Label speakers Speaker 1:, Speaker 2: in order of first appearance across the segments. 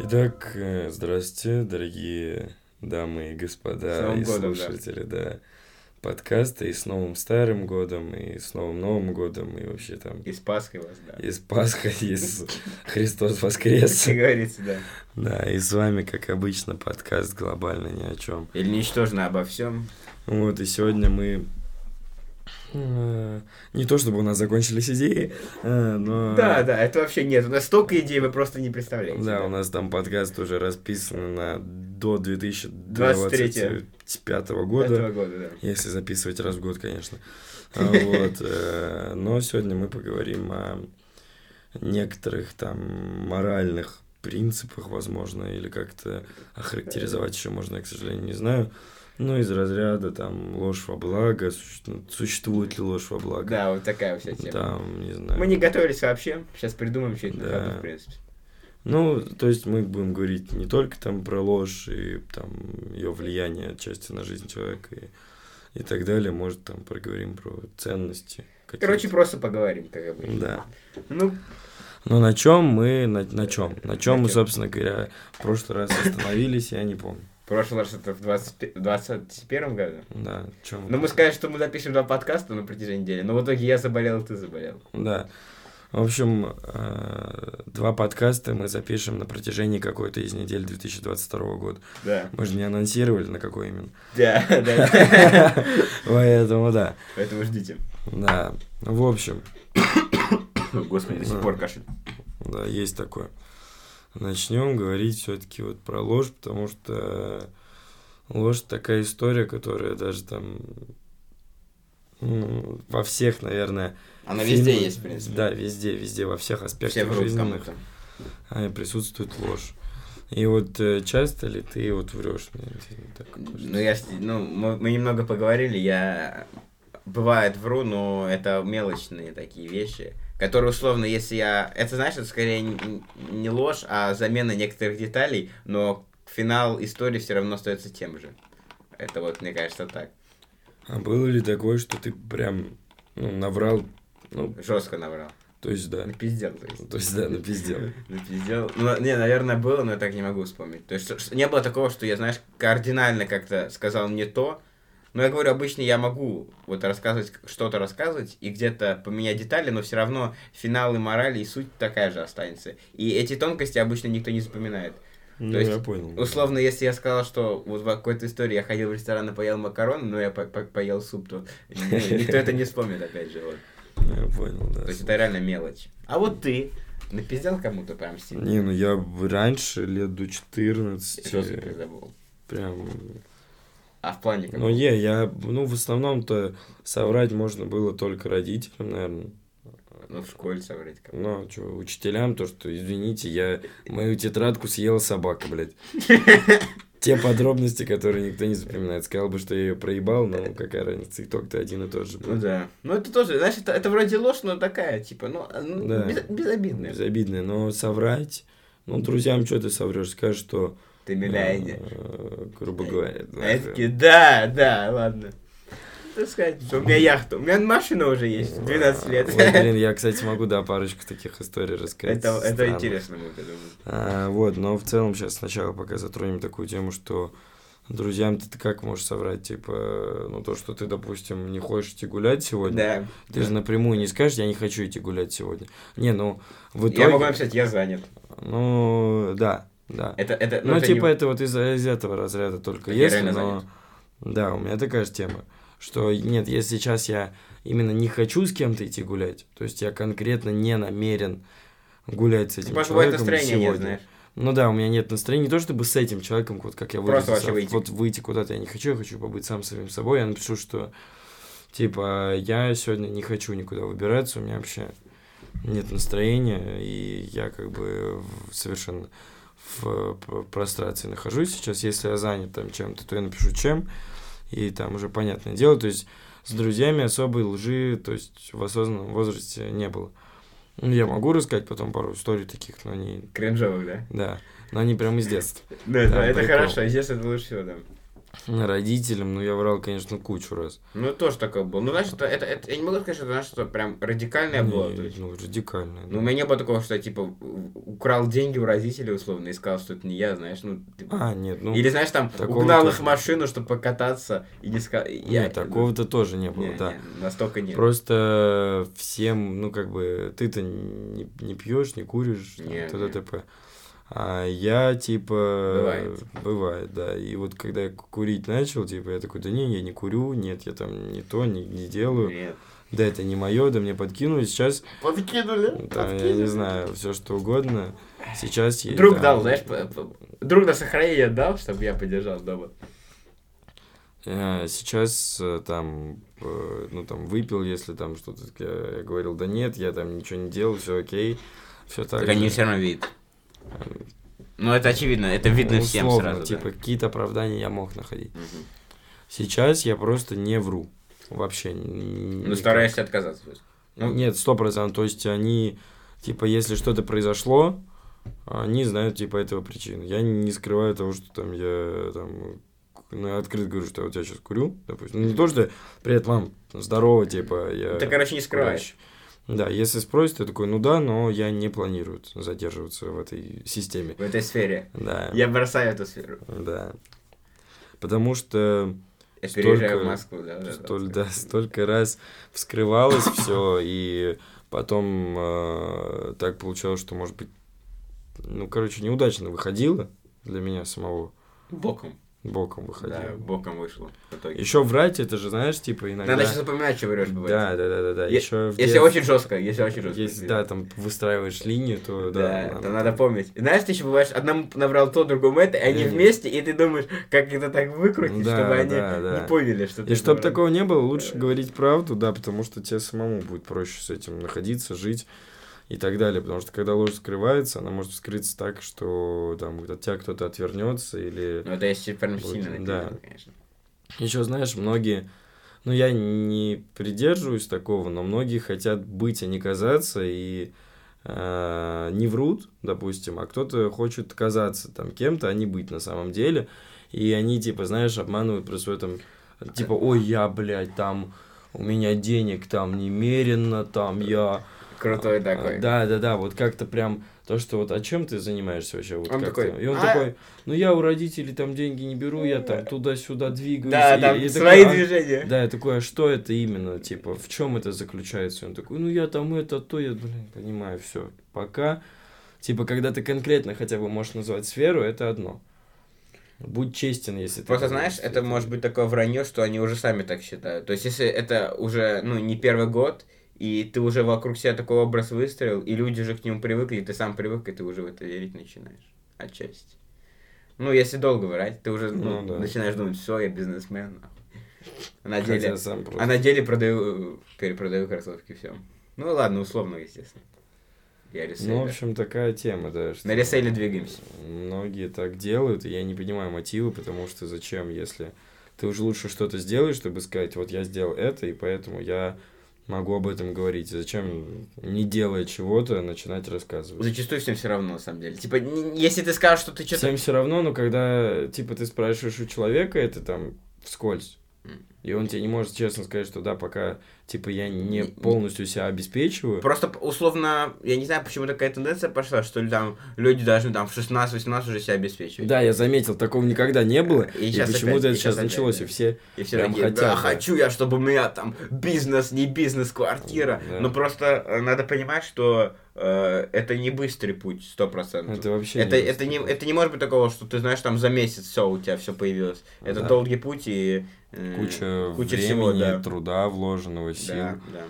Speaker 1: Итак, э, здрасте, дорогие дамы и господа,
Speaker 2: С Новым
Speaker 1: и
Speaker 2: годом, да.
Speaker 1: слушатели, да. подкаста, и с Новым Старым Годом, и с Новым Новым Годом, и вообще там,
Speaker 2: И с Пасхой вас, да.
Speaker 1: и с Пасхой, и с Христос Воскрес.
Speaker 2: Как говорится, да.
Speaker 1: Да, и с вами, как обычно, подкаст глобально ни о чем.
Speaker 2: Или ничтожно обо всем.
Speaker 1: Вот, и сегодня мы... э, Не то чтобы у нас закончились идеи, э, но...
Speaker 2: Да, да, это вообще нет. У нас столько идей, вы просто не представляете.
Speaker 1: Да, у нас там подкаст уже расписан на до 2025
Speaker 2: 2023
Speaker 1: года.
Speaker 2: Этого года, да.
Speaker 1: Если записывать раз в год, конечно. А Вот. э, Но сегодня мы поговорим о некоторых там моральных принципах, возможно, или как-то охарактеризовать еще можно, я, к сожалению, не знаю. Ну, из разряда там ложь во благо, суще- существует ли ложь во благо.
Speaker 2: Да, вот такая вся тема.
Speaker 1: Там, не знаю.
Speaker 2: Мы не готовились вообще. Сейчас придумаем что-то на
Speaker 1: Да.
Speaker 2: ходу, в принципе.
Speaker 1: Ну, то есть мы будем говорить не только там про ложь и там ее влияние отчасти на жизнь человека и, и так далее. Может, там проговорим про ценности. какие-то.
Speaker 2: Короче, просто поговорим, как обычно.
Speaker 1: Да.
Speaker 2: Ну,
Speaker 1: Но на чем мы, на, на чем? На чем
Speaker 2: На
Speaker 1: мы,
Speaker 2: чём?
Speaker 1: собственно говоря, в прошлый раз остановились, я не помню.
Speaker 2: в прошлый раз это в 20 в 21 году.
Speaker 1: Да, чем.
Speaker 2: Но Ну, мы сказали, что мы запишем два подкаста на протяжении недели, но в итоге я заболел, и ты заболел.
Speaker 1: Да. В общем, э, два подкаста мы запишем на протяжении какой-то из недель 2022 года.
Speaker 2: Да.
Speaker 1: Мы же не анонсировали, на какой именно.
Speaker 2: Да, да.
Speaker 1: Поэтому да.
Speaker 2: Поэтому ждите.
Speaker 1: Да. В общем,
Speaker 2: Господи, до сих пор кашель.
Speaker 1: Да, есть такое. Начнем говорить все-таки вот про ложь, потому что э, ложь такая история, которая даже там ну, во всех, наверное.
Speaker 2: Она
Speaker 1: фильмах-
Speaker 2: везде есть, в принципе.
Speaker 1: Да, везде, везде, во всех
Speaker 2: Все
Speaker 1: аспектах
Speaker 2: врут
Speaker 1: жизненных
Speaker 2: кому-то.
Speaker 1: а, и присутствует ложь. И вот э, часто ли ты вот врешь? Мне это так кажется.
Speaker 2: Ну, я, с- ну, мы, мы немного поговорили, я бывает вру, но это мелочные такие вещи, которые условно, если я... Это знаешь, это скорее н- не ложь, а замена некоторых деталей, но финал истории все равно остается тем же. Это вот, мне кажется, так.
Speaker 1: А было ли такое, что ты прям ну, наврал? Ну,
Speaker 2: Жестко набрал.
Speaker 1: то есть да.
Speaker 2: Напиздел, то есть.
Speaker 1: То есть да, напиздел.
Speaker 2: Напиздел. Ну, не, наверное, было, но я так не могу вспомнить. То есть что- что- не было такого, что я, знаешь, кардинально как-то сказал не то. Но я говорю, обычно я могу вот рассказывать, к- что-то рассказывать и где-то поменять детали, но все равно финал и мораль и суть такая же останется. И эти тонкости обычно никто не запоминает.
Speaker 1: Ну,
Speaker 2: То есть,
Speaker 1: я понял.
Speaker 2: Условно, если я сказал, что вот в какой-то истории я ходил в ресторан и поел макароны, но я по- по- поел суп, то ну, никто это не вспомнит, опять же. вот.
Speaker 1: Я понял, да.
Speaker 2: То есть это реально мелочь. А вот ты напиздел кому-то прям сильно.
Speaker 1: Не, ну я б- раньше, лет до
Speaker 2: Что за
Speaker 1: 14,
Speaker 2: пиздобол?
Speaker 1: прям...
Speaker 2: А в плане как?
Speaker 1: Ну, не, я, ну, в основном-то соврать можно было только родителям, наверное.
Speaker 2: Ну, в школе соврать как.
Speaker 1: Ну, что, учителям, то, что, извините, я мою тетрадку съела собака, блядь. Те подробности, которые никто не запоминает. Сказал бы, что я ее проебал, но какая разница, итог-то один и тот же.
Speaker 2: Ну
Speaker 1: был.
Speaker 2: да. Ну это тоже, знаешь, это, это вроде ложь, но такая, типа, ну, а, ну,
Speaker 1: Да.
Speaker 2: без- безобидная.
Speaker 1: Безобидное, но соврать... Ну, друзьям что ты соврешь? Скажешь, что...
Speaker 2: Ты
Speaker 1: э,
Speaker 2: миллионер.
Speaker 1: э, Грубо говоря.
Speaker 2: А я такие, да, да, ладно. Что сказать, что у меня яхта, у меня машина уже есть, 12 лет.
Speaker 1: Ой, блин, я, кстати, могу, да, парочку таких историй рассказать.
Speaker 2: Это, это
Speaker 1: Странно.
Speaker 2: интересно будет, я думаю.
Speaker 1: А, вот, но в целом сейчас сначала пока затронем такую тему, что друзьям ты как можешь соврать, типа, ну то, что ты, допустим, не хочешь идти гулять сегодня,
Speaker 2: Да.
Speaker 1: ты же напрямую не скажешь, я не хочу идти гулять сегодня. Не, ну, в итоге...
Speaker 2: Я могу написать, я занят.
Speaker 1: Ну, да, да.
Speaker 2: Это, это,
Speaker 1: Ну,
Speaker 2: это
Speaker 1: типа,
Speaker 2: не-
Speaker 1: это вот из, из этого разряда только
Speaker 2: Я
Speaker 1: есть,
Speaker 2: реально
Speaker 1: но...
Speaker 2: занят.
Speaker 1: Да, у меня такая же тема, что нет, если сейчас я именно не хочу с кем-то идти гулять, то есть я конкретно не намерен гулять с этим
Speaker 2: Типа, бывает
Speaker 1: человеком
Speaker 2: настроение
Speaker 1: сегодня.
Speaker 2: нет, знаешь.
Speaker 1: Ну да, у меня нет настроения, не то чтобы с этим человеком, вот как я
Speaker 2: Просто
Speaker 1: выразился,
Speaker 2: вообще выйти.
Speaker 1: вот выйти куда-то я не хочу, я хочу побыть сам самим собой, я напишу, что типа я сегодня не хочу никуда выбираться, у меня вообще нет настроения, и я как бы в- совершенно в э, пр- прострации нахожусь сейчас, если я занят там чем-то, то я напишу чем, и там уже понятное дело, то есть с друзьями особой лжи, то есть в осознанном возрасте не было. Ну, Я могу рассказать потом пару историй таких, но они
Speaker 2: Кринжовых, да?
Speaker 1: да, но они прям из детства.
Speaker 2: Да,
Speaker 1: Там
Speaker 2: да, это
Speaker 1: прикол.
Speaker 2: хорошо, здесь это лучше всего, да.
Speaker 1: родителям, ну, я врал, конечно, кучу раз.
Speaker 2: Ну, это тоже такое было. Ну, значит, это, это, это- я не могу сказать, что это, знаешь, что прям радикальное было. То есть,
Speaker 1: Ну, радикально.
Speaker 2: ну, у меня не было такого, что я, типа, у- украл деньги у родителей, условно, и сказал, что это не я, знаешь, ну... ты-
Speaker 1: А, нет, ну...
Speaker 2: Или, знаешь, там,
Speaker 1: такого
Speaker 2: угнал
Speaker 1: тоже
Speaker 2: их
Speaker 1: не
Speaker 2: машину, чтобы покататься, и не сказал...
Speaker 1: Нет, такого-то тоже не было, да.
Speaker 2: настолько нет.
Speaker 1: Просто всем, ну, как бы, ты-то не, не пьешь, не куришь, там,
Speaker 2: Не,
Speaker 1: т.д.
Speaker 2: не.
Speaker 1: т.п. А я, типа...
Speaker 2: Бывает.
Speaker 1: Бывает, да. И вот когда я ку- курить начал, типа, я такой, да не, я не курю, нет, я там не то, не, не делаю.
Speaker 2: Нет.
Speaker 1: Да, это не мое, да мне подкинули. Сейчас,
Speaker 2: Подкинули?
Speaker 1: там, я не знаю, все что угодно. Сейчас я...
Speaker 2: Друг
Speaker 1: там-
Speaker 2: дал, знаешь, п- п- друг на сохранение дал, чтобы я подержал дома.
Speaker 1: Э, Сейчас э, там, э, ну там выпил, если там что-то, я, я говорил, да нет, я там ничего не делал, все окей, все так.
Speaker 2: Так
Speaker 1: же».
Speaker 2: они все равно видят. Ну, это очевидно, это видно всем
Speaker 1: Условно,
Speaker 2: сразу. да.
Speaker 1: Типа какие-то оправдания я мог находить.
Speaker 2: Мгм.
Speaker 1: Сейчас я просто не вру вообще. н-
Speaker 2: Ну,
Speaker 1: никак.
Speaker 2: стараешься отказаться. то есть. ну-
Speaker 1: Нет, сто процентов. То есть они, типа, если что-то произошло, они знают типа этого причины. Я не скрываю того, что там я там к- ну, я открыто говорю, что я вот я сейчас курю, допустим. Ну, не то, что привет, мам, здорово, типа, я...
Speaker 2: Ты, Э, короче, не скрываешь.
Speaker 1: Короче, Да, если спросят, я такой, ну да, но я не планирую задерживаться в этой системе.
Speaker 2: В этой сфере.
Speaker 1: Да,
Speaker 2: Я бросаю эту сферу.
Speaker 1: да. Потому что
Speaker 2: Я
Speaker 1: Столько-
Speaker 2: переезжаю в Москву, да. да,
Speaker 1: столь,
Speaker 2: да.
Speaker 1: да, столько раз вскрывалось все, и потом э, так получалось, что, может быть, ну, короче, неудачно выходило для меня самого,
Speaker 2: Боком.
Speaker 1: боком
Speaker 2: Да,
Speaker 1: выходило.
Speaker 2: боком вышло в итоге.
Speaker 1: Еще врать, это же, знаешь, типа иногда...
Speaker 2: Надо сейчас запоминать, что врешь, бывает.
Speaker 1: да, да, да, да, да.
Speaker 2: Е-
Speaker 1: Еще
Speaker 2: Если очень жестко, если очень жестко.
Speaker 1: Если, да, там выстраиваешь линию, то
Speaker 2: Да,
Speaker 1: да.
Speaker 2: это надо помнить. И Знаешь, ты еще бываешь, одному наврал то, другому это, и они
Speaker 1: Мгм.
Speaker 2: вместе, и ты думаешь, как это так выкрутить,
Speaker 1: Да,
Speaker 2: чтобы они
Speaker 1: да, да.
Speaker 2: не поняли, что
Speaker 1: И
Speaker 2: ты
Speaker 1: чтобы
Speaker 2: наврал.
Speaker 1: такого не было, лучше
Speaker 2: Да.
Speaker 1: говорить правду, да, потому что тебе самому будет проще с этим находиться, жить и так далее. Потому что когда ложь скрывается, она может скрыться так, что там от тебя кто-то отвернется или...
Speaker 2: Ну, это если прям
Speaker 1: Вот,
Speaker 2: сильно
Speaker 1: да.
Speaker 2: написано, конечно.
Speaker 1: Еще, знаешь, многие... Ну, я не придерживаюсь такого, но многие хотят быть, а не казаться, и э, не врут, допустим, а кто-то хочет казаться там кем-то, а не быть на самом деле. И они, типа, знаешь, обманывают просто в этом, типа, ой, я, блядь, там, у меня денег там немерено, там я...
Speaker 2: Крутой такой.
Speaker 1: А, Да, да, да, вот как-то прям то, что вот, а чем ты занимаешься вообще? Вот
Speaker 2: Он
Speaker 1: как-то.
Speaker 2: такой,
Speaker 1: и он
Speaker 2: «А».
Speaker 1: такой, ну я у родителей там деньги не беру, я там туда-сюда двигаюсь.
Speaker 2: Да,
Speaker 1: И-
Speaker 2: там
Speaker 1: и такой,
Speaker 2: свои
Speaker 1: «А,
Speaker 2: движения.
Speaker 1: да, я такой, а что это именно, типа, в чем это заключается? И Он такой, ну я там это, то, я, блин, понимаю, все, пока. Типа, когда ты конкретно хотя бы можешь назвать сферу, это одно. Будь честен, если ты...
Speaker 2: Просто
Speaker 1: там,
Speaker 2: знаешь,
Speaker 1: если
Speaker 2: это
Speaker 1: ты-
Speaker 2: может быть такое вранье, что они уже сами так считают. То есть, если это уже, ну, не первый год, и ты уже вокруг себя такой образ выстроил, и люди уже к нему привыкли, и ты сам привык, и ты уже в это верить начинаешь. Отчасти. Ну, если долго врать, ты уже ну,
Speaker 1: Ну да.
Speaker 2: начинаешь думать, все, я бизнесмен. нахуй». А на
Speaker 1: Хотя
Speaker 2: деле,
Speaker 1: сам просто...
Speaker 2: а на деле продаю, э, перепродаю кроссовки, все. Ну ладно, условно, естественно. Я ресейлер.
Speaker 1: Ну, в общем, такая тема, да. что
Speaker 2: на ресейле двигаемся.
Speaker 1: Многие так делают, и я не понимаю мотивы, потому что зачем, если ты уже лучше что-то сделаешь, чтобы сказать, вот я сделал это, и поэтому я могу об этом говорить. Зачем, не делая чего-то, начинать рассказывать?
Speaker 2: Зачастую всем все равно, на самом деле. Типа, н- если ты скажешь, что ты что-то...
Speaker 1: Всем все равно, но когда, типа, ты спрашиваешь у человека, это там вскользь.
Speaker 2: М.
Speaker 1: И он тебе не может честно сказать, что да, пока, типа, я
Speaker 2: Не-
Speaker 1: не
Speaker 2: не-
Speaker 1: полностью себя обеспечиваю.
Speaker 2: Просто п- условно, я не знаю, почему такая тенденция пошла, что ли, там люди должны там в 16-18 уже себя обеспечивать.
Speaker 1: Да, я заметил, такого никогда не было.
Speaker 2: И
Speaker 1: И,
Speaker 2: щас опять,
Speaker 1: почему-то
Speaker 2: и
Speaker 1: это
Speaker 2: щас
Speaker 1: сейчас
Speaker 2: опять,
Speaker 1: началось,
Speaker 2: да.
Speaker 1: и все
Speaker 2: И все
Speaker 1: прям
Speaker 2: такие,
Speaker 1: хотят,
Speaker 2: да,
Speaker 1: да.
Speaker 2: хочу я, чтобы у меня там бизнес, не бизнес, квартира.
Speaker 1: Да.
Speaker 2: Но просто э, надо понимать, что э, это не быстрый путь, 100%.
Speaker 1: Это вообще
Speaker 2: Это,
Speaker 1: не
Speaker 2: это, не,
Speaker 1: воспитывает.
Speaker 2: это не может быть такого, что ты знаешь, там за месяц все у тебя все появилось. Это
Speaker 1: Ну Да.
Speaker 2: долгий путь и э,
Speaker 1: Куча,
Speaker 2: куча
Speaker 1: времени,
Speaker 2: всего, да.
Speaker 1: труда, вложенного сил.
Speaker 2: Да, да.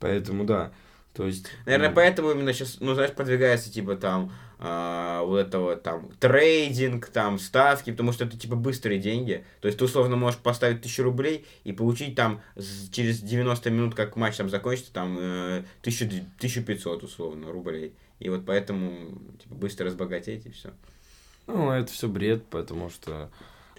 Speaker 1: Поэтому да. То есть.
Speaker 2: Наверное,
Speaker 1: ну,
Speaker 2: поэтому именно сейчас, ну, знаешь, продвигается, типа, там, а, вот это вот, там, трейдинг, там, ставки, потому что это, типа, быстрые деньги. То есть ты, условно, можешь поставить тысячу рублей и получить, там, с- через 90 минут, как матч там закончится, там, э, 1000 д- 1500, условно, рублей. И вот поэтому, типа, быстро разбогатеть и все.
Speaker 1: Ну, это все бред, потому что.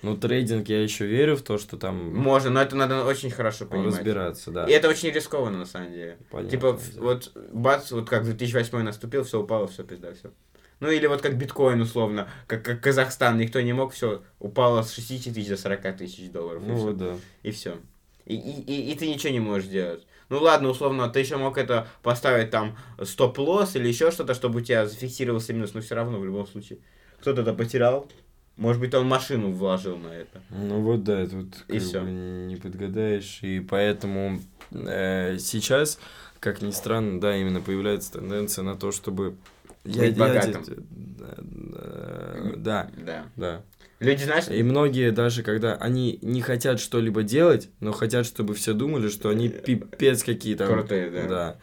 Speaker 1: Ну, трейдинг я еще верю в то, что там
Speaker 2: Можно, но это надо очень хорошо понимать.
Speaker 1: разбираться, да.
Speaker 2: И это очень рискованно, на самом деле.
Speaker 1: Понятно,
Speaker 2: Типа, в-
Speaker 1: да.
Speaker 2: вот, бац, вот как 2008 наступил, все упало, все пизда, все. Ну или вот как биткоин условно, как, как Казахстан, никто не мог, все, упало с 60 тысяч до 40 тысяч долларов.
Speaker 1: Ну вот да.
Speaker 2: и все. И, и, и, и ты ничего не можешь делать. Ну ладно, условно, ты еще мог это поставить там стоп-лосс или еще что-то, чтобы у тебя зафиксировался минус, но все равно в любом случае. Кто-то это потерял, может быть, он машину вложил на это.
Speaker 1: Ну вот да, тут
Speaker 2: И
Speaker 1: как
Speaker 2: всё.
Speaker 1: бы не подгадаешь. И поэтому э, сейчас, как ни странно, да, именно появляется тенденция на то, чтобы...
Speaker 2: Быть богатым.
Speaker 1: те- да, да, да,
Speaker 2: Да.
Speaker 1: да.
Speaker 2: Люди, знаешь,
Speaker 1: И многие даже, когда они не хотят что-либо делать, но хотят, чтобы все думали, что они пипец какие-то.
Speaker 2: крутые, Э, да.
Speaker 1: Да.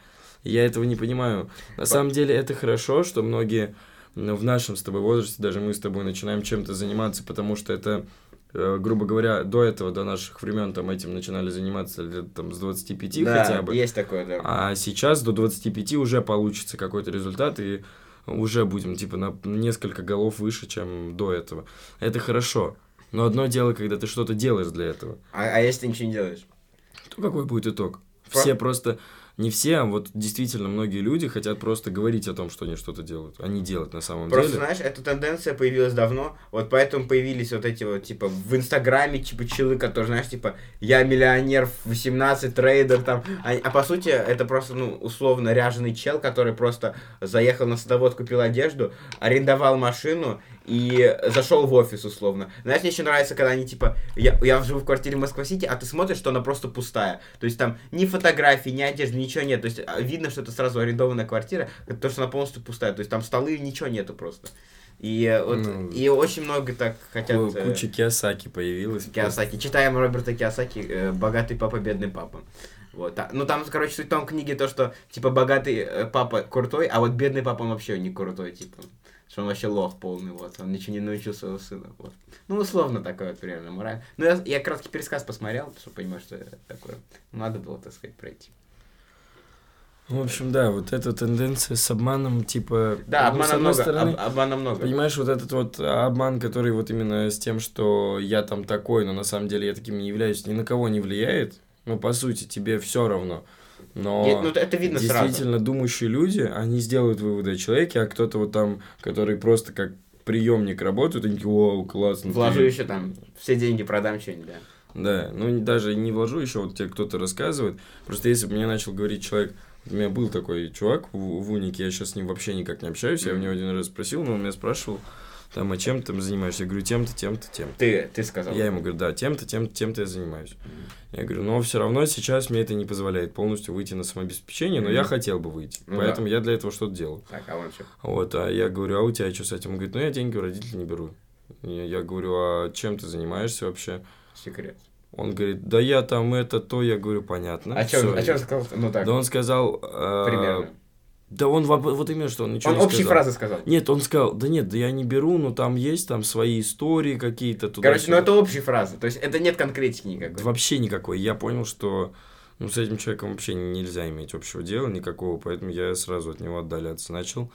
Speaker 1: Я этого не понимаю. На самом деле это хорошо, что многие ну, в нашем с тобой возрасте, даже мы с тобой начинаем чем-то заниматься, потому что это, э, грубо говоря, до этого, до наших времен там этим начинали заниматься лет там с 25
Speaker 2: Да,
Speaker 1: хотя бы.
Speaker 2: есть такое, да.
Speaker 1: А сейчас до 25 уже получится какой-то результат, и уже будем типа на несколько голов выше, чем до этого. Это хорошо. Но одно дело, когда ты что-то делаешь для этого.
Speaker 2: А, а если ты ничего не делаешь?
Speaker 1: То Ну, какой будет итог?
Speaker 2: Фа-
Speaker 1: Все просто, не все, а вот действительно многие люди хотят просто говорить о том, что они что-то делают, а не делать на самом
Speaker 2: Просто,
Speaker 1: деле.
Speaker 2: знаешь, эта тенденция появилась давно, вот поэтому появились вот эти вот, типа, в Инстаграме, типа, челы, которые, знаешь, типа, я миллионер, в 18, трейдер, там, а, а по сути, это просто, ну, условно, ряженый чел, который просто заехал на садовод, купил одежду, арендовал машину и зашел в офис, условно. Знаешь, мне еще нравится, когда они, типа, я, я живу в квартире в Москва-Сити, а ты смотришь, что она просто пустая, то есть там ни фотографий, ни одежды, ничего нет, то есть а, видно, что это сразу арендованная квартира, то, что она полностью пустая, то есть там столы, ничего нету просто. И, э, вот,
Speaker 1: Ну,
Speaker 2: и очень много так хотят...
Speaker 1: Ку-
Speaker 2: э,
Speaker 1: Куча Киосаки появилась.
Speaker 2: Киосаки. Читаем Роберта Киосаки э, «Богатый папа, бедный папа». Вот. а- ну, там, короче, суть в том книге то, что, типа, богатый э, папа крутой, а вот бедный папа, он вообще не крутой, типа. Что он вообще лох полный, вот. Он ничего не научил своего сына, вот. Ну, условно такое вот примерно мораль. Ну, я, я краткий пересказ посмотрел, чтобы понимать, что это такое. Надо было, так сказать, пройти.
Speaker 1: В общем, да, вот эта тенденция с обманом, типа...
Speaker 2: Да,
Speaker 1: ну, с
Speaker 2: обмана
Speaker 1: одной
Speaker 2: много,
Speaker 1: стороны,
Speaker 2: об- обмана много.
Speaker 1: А Понимаешь, вот этот вот а, обман, который вот именно с тем, что я там такой, но на самом деле я таким не являюсь, ни на кого не влияет. Ну, по сути, тебе все равно. Но
Speaker 2: Нет, ну, это видно сразу.
Speaker 1: действительно думающие люди, они сделают выводы о человеке, а кто-то вот там, который просто как приемник работает, они такие, вау, классно. ты-»
Speaker 2: Вложу еще там все деньги, продам что-нибудь, да.
Speaker 1: Да, ну не- даже не вложу еще, вот тебе кто-то рассказывает. Просто если бы мне начал говорить человек, у меня был такой чувак в, в унике, я сейчас с ним вообще никак не общаюсь, я у него один раз спросил, но он меня спрашивал, там, а чем ты там занимаешься? Я говорю, тем-то, тем-то, тем-то.
Speaker 2: Ты, ты сказал.
Speaker 1: Я ему говорю, да, тем-то, тем-то, тем-то я занимаюсь. Я говорю, но все равно сейчас мне это не позволяет полностью выйти на самообеспечение, но я
Speaker 2: Мгм.
Speaker 1: хотел бы выйти,
Speaker 2: Ну да.
Speaker 1: поэтому я для этого что-то делал.
Speaker 2: Так, а он что?
Speaker 1: Вот, а я говорю, а у тебя что с этим? Он говорит, ну я деньги у родителей не беру. Я я говорю, а чем ты занимаешься вообще?
Speaker 2: Секрет.
Speaker 1: Он говорит, да я там это, то, я говорю, понятно.
Speaker 2: а
Speaker 1: всё».
Speaker 2: чем, а чё он сказал? Ну так,
Speaker 1: Да он сказал... э,
Speaker 2: примерно.
Speaker 1: Да он во- вот именно, что он ничего
Speaker 2: Он
Speaker 1: не
Speaker 2: общие
Speaker 1: сказал.
Speaker 2: фразы сказал.
Speaker 1: Нет, он сказал, да нет, да я не беру, но там есть там свои истории какие-то. туда
Speaker 2: Короче, ну это общие фразы. То есть это нет конкретики никакой.
Speaker 1: Вообще никакой. Я понял, что ну, с этим человеком вообще нельзя иметь общего дела никакого, поэтому я сразу от него отдаляться начал.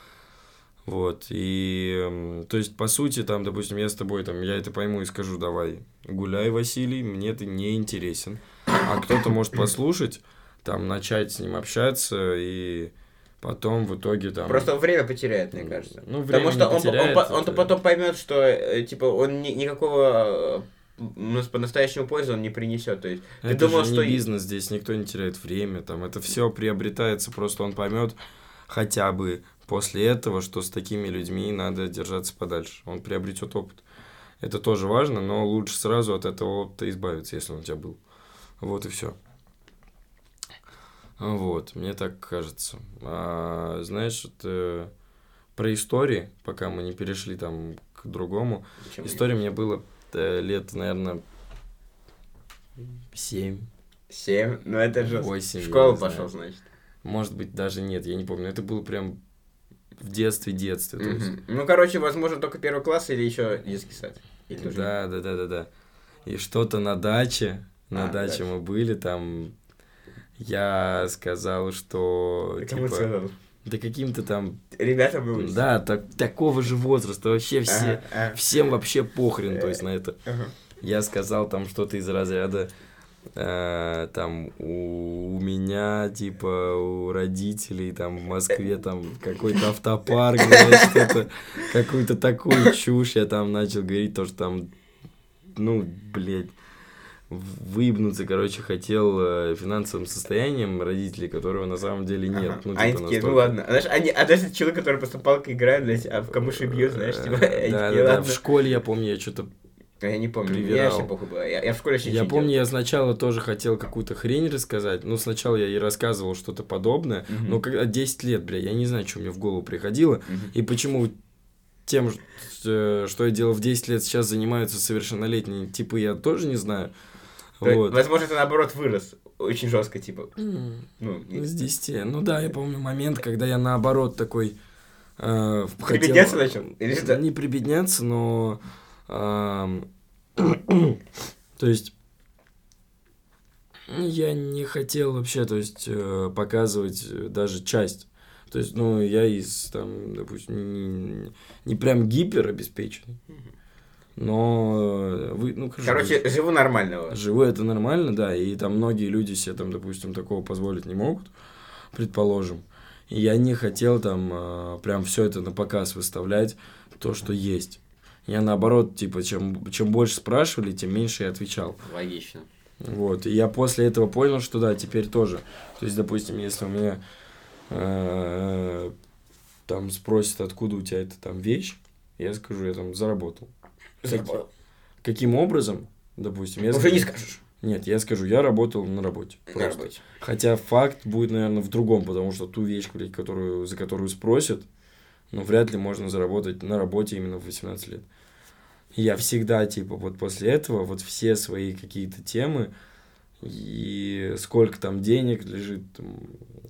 Speaker 1: Вот, и, м, то есть, по сути, там, допустим, я с тобой, там, я это пойму и скажу, давай, гуляй, Василий, мне ты не интересен. А кто-то может послушать, там, начать с ним общаться, и потом в итоге, там...
Speaker 2: Просто он время потеряет, мне кажется.
Speaker 1: Ну,
Speaker 2: Потому
Speaker 1: время
Speaker 2: что
Speaker 1: не
Speaker 2: он, по- он
Speaker 1: потеряет,
Speaker 2: по- он-то
Speaker 1: это-
Speaker 2: потом поймет, что э, типа он ни- никакого э, ну, по-настоящему пользы он не принесет. То есть ты
Speaker 1: это
Speaker 2: думал,
Speaker 1: же
Speaker 2: что
Speaker 1: не бизнес, здесь никто не теряет время, там это все приобретается, просто он поймет хотя бы после этого, что с такими людьми надо держаться подальше. Он приобретет опыт. Это тоже важно, но лучше сразу от этого опыта избавиться, если он у тебя был. Вот и все. Вот, мне так кажется. А, знаешь, вот, э, про истории, пока мы не перешли там к другому,
Speaker 2: Чем-
Speaker 1: История мне было э, лет, наверное, семь.
Speaker 2: Семь, ну это же
Speaker 1: Восемь,
Speaker 2: в
Speaker 1: я
Speaker 2: школу
Speaker 1: не знаю.
Speaker 2: пошел, значит.
Speaker 1: Может быть, даже нет, я не помню. Это было прям в детстве-детстве. то есть.
Speaker 2: Мгм. Ну, короче, возможно, только первый класс или еще детский сад. Или уже
Speaker 1: Да, да, да, да, да. И что-то на даче. На
Speaker 2: А,
Speaker 1: даче
Speaker 2: дача.
Speaker 1: мы были, там я сказал, что
Speaker 2: нет. Ты
Speaker 1: типа,
Speaker 2: Кому ты сказал?
Speaker 1: да каким-то там,
Speaker 2: Ребята были.
Speaker 1: да, так- такого же возраста, вообще все,
Speaker 2: Ага, ага.
Speaker 1: всем вообще похрен, то есть на это.
Speaker 2: Ага.
Speaker 1: Я сказал там что-то из разряда, э, там у, у меня, типа, у родителей, там в Москве, там какой-то автопарк, знаешь, что-то, какую-то такую чушь, я там начал говорить, то, что там, ну, блядь, выебнуться, короче, хотел э, финансовым состоянием родителей, которого на самом деле нет.
Speaker 2: Ага.
Speaker 1: Ну,
Speaker 2: а они
Speaker 1: типа,
Speaker 2: такие, ну
Speaker 1: настолько.
Speaker 2: ладно. А знаешь, они, а даже человек, который просто палкой играет, блядь, а в камыши бьет, знаешь, типа,
Speaker 1: Э,
Speaker 2: они
Speaker 1: Да, да,
Speaker 2: такие,
Speaker 1: да, в
Speaker 2: ладно.
Speaker 1: школе я помню, я что-то
Speaker 2: Да Я не помню, я
Speaker 1: привирал.
Speaker 2: вообще похуй было. Я я в школе вообще
Speaker 1: Я
Speaker 2: читил.
Speaker 1: помню, я сначала тоже хотел какую-то хрень рассказать. Ну, сначала я и рассказывал что-то подобное.
Speaker 2: Мгм.
Speaker 1: Но когда 10 лет, бля, я не знаю, что мне в голову приходило.
Speaker 2: Мгм.
Speaker 1: И почему тем, э, что я делал в 10 лет, сейчас занимаются совершеннолетние типы, я тоже не знаю.
Speaker 2: То есть,
Speaker 1: Вот.
Speaker 2: Возможно, ты наоборот вырос очень жестко, типа.
Speaker 1: М, ну,
Speaker 2: Ну, не-
Speaker 1: С 10. Ну да, я помню момент, когда я наоборот такой... э, хотел-
Speaker 2: Прибедняться начал? Или что?
Speaker 1: Не прибедняться, но... эм, То есть... Я не хотел вообще, то есть, э, показывать э, даже часть. То есть, ну, я из, там, допустим, не, не прям гипер обеспеченный, но, э, вы, ну, хорошо,
Speaker 2: Короче, живу нормального.
Speaker 1: живу это нормально, да, и там многие люди себе там, допустим, такого позволить не могут, предположим. И я не хотел там э, прям все это на показ выставлять, то, что есть. Я наоборот, типа, чем, чем больше спрашивали, тем меньше я отвечал.
Speaker 2: Логично.
Speaker 1: Вот, и я после этого понял, что да, теперь тоже. То есть, допустим, если у меня э, там спросят, откуда у тебя эта там вещь, я скажу, я там заработал.
Speaker 2: Заработал.
Speaker 1: Каким образом, допустим, я
Speaker 2: Уже не
Speaker 1: скажу-
Speaker 2: скажешь.
Speaker 1: нет, я скажу, я работал на работе.
Speaker 2: На
Speaker 1: Просто.
Speaker 2: работе.
Speaker 1: Хотя факт будет, наверное, в другом, потому что ту вещь, блядь, которую, за которую спросят, ну, вряд ли можно заработать на работе именно в 18 лет. И Я всегда, типа, вот после этого, вот все свои какие-то темы, и сколько там денег лежит, там,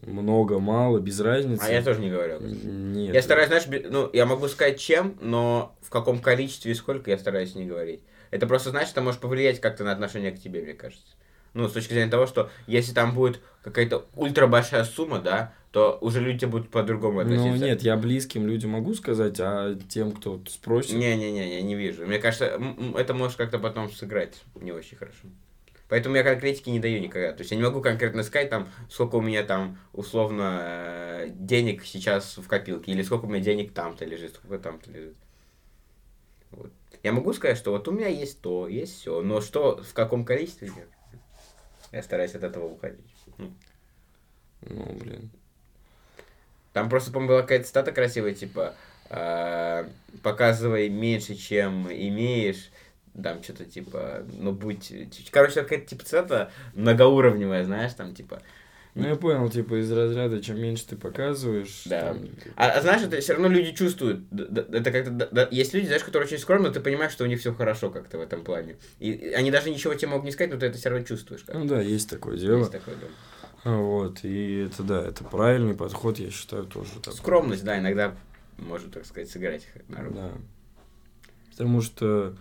Speaker 1: много, мало, без разницы.
Speaker 2: А я тоже не говорил.
Speaker 1: Н- Нет.
Speaker 2: Я стараюсь, знаешь, бе- ну, я могу сказать чем, но в каком количестве и сколько я стараюсь не говорить. Это просто значит, что может повлиять как-то на отношение к тебе, мне кажется. Ну, с точки зрения того, что если там будет какая-то ультра большая сумма, да, то уже люди будут по-другому относиться.
Speaker 1: Ну, нет, я близким людям могу сказать, а тем, кто вот спросит,
Speaker 2: Не-не-не, я не вижу. Мне кажется, м- м, это может как-то потом сыграть не очень хорошо. Поэтому я конкретики не даю никогда. То есть я не могу конкретно сказать, там, сколько у меня там, условно, э, денег сейчас в копилке, или сколько у меня денег там-то лежит, сколько там-то лежит. Вот. Я могу сказать, что вот у меня есть то, есть все, но что, в каком количестве, нет. я стараюсь от этого уходить.
Speaker 1: ну, блин.
Speaker 2: Там просто, по-моему, была какая-то стата красивая, типа, э, показывай меньше, чем имеешь, там что-то типа, ну будь... Короче, какая-то типа цитата многоуровневая, знаешь, там типа...
Speaker 1: Ну, я понял, типа, из разряда, чем меньше ты показываешь,
Speaker 2: Да.
Speaker 1: там, типа,
Speaker 2: А, а знаешь, это все равно люди чувствуют. Д- д- Это как-то д- д- есть люди, знаешь, которые очень скромны, но ты понимаешь, что у них все хорошо как-то в этом плане. И- И они даже ничего тебе могут не сказать, но ты это все равно чувствуешь. Как
Speaker 1: Ну да, есть такое дело.
Speaker 2: Есть такое дело.
Speaker 1: А, Вот, и это да, это правильный подход, я считаю, тоже такой.
Speaker 2: Скромность, да, иногда может, так сказать, сыграть на руку.
Speaker 1: Да. Потому что...